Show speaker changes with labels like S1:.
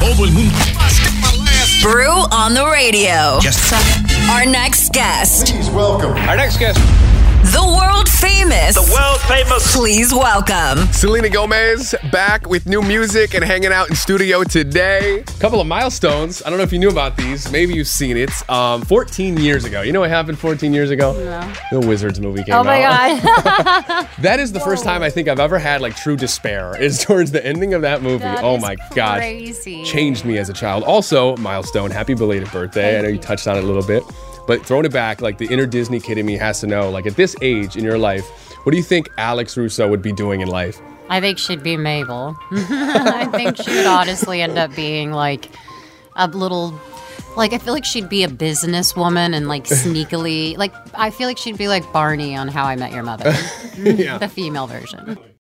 S1: Todo el mundo.
S2: Brew on the radio.
S1: Yes.
S2: Our next guest,
S3: Please welcome
S4: Our next guest.
S2: the world famous.
S4: The world famous.
S2: Please welcome
S5: Selena Gomez back with new music and hanging out in studio today. Couple of milestones. I don't know if you knew about these. Maybe you've seen it. Um, 14 years ago. You know what happened 14 years ago? The Wizards movie came out.
S6: Oh my god.
S5: That is the first time I think I've ever had like true despair is towards the ending of that movie.
S6: That
S5: oh
S6: is
S5: my gosh.
S6: Crazy.
S5: Changed me as a child. Also, milestone, happy belated birthday. I know you touched on it a little bit, but throwing it back, like the inner Disney kid in me has to know, like at this age in your life, what do you think Alex Russo would be doing in life?
S7: I think she'd be Mabel. I think she would honestly end up being like a little. Like I feel like she'd be a businesswoman and like sneakily, like I feel like she'd be like Barney on How I Met Your Mother,
S5: yeah.
S7: the female version.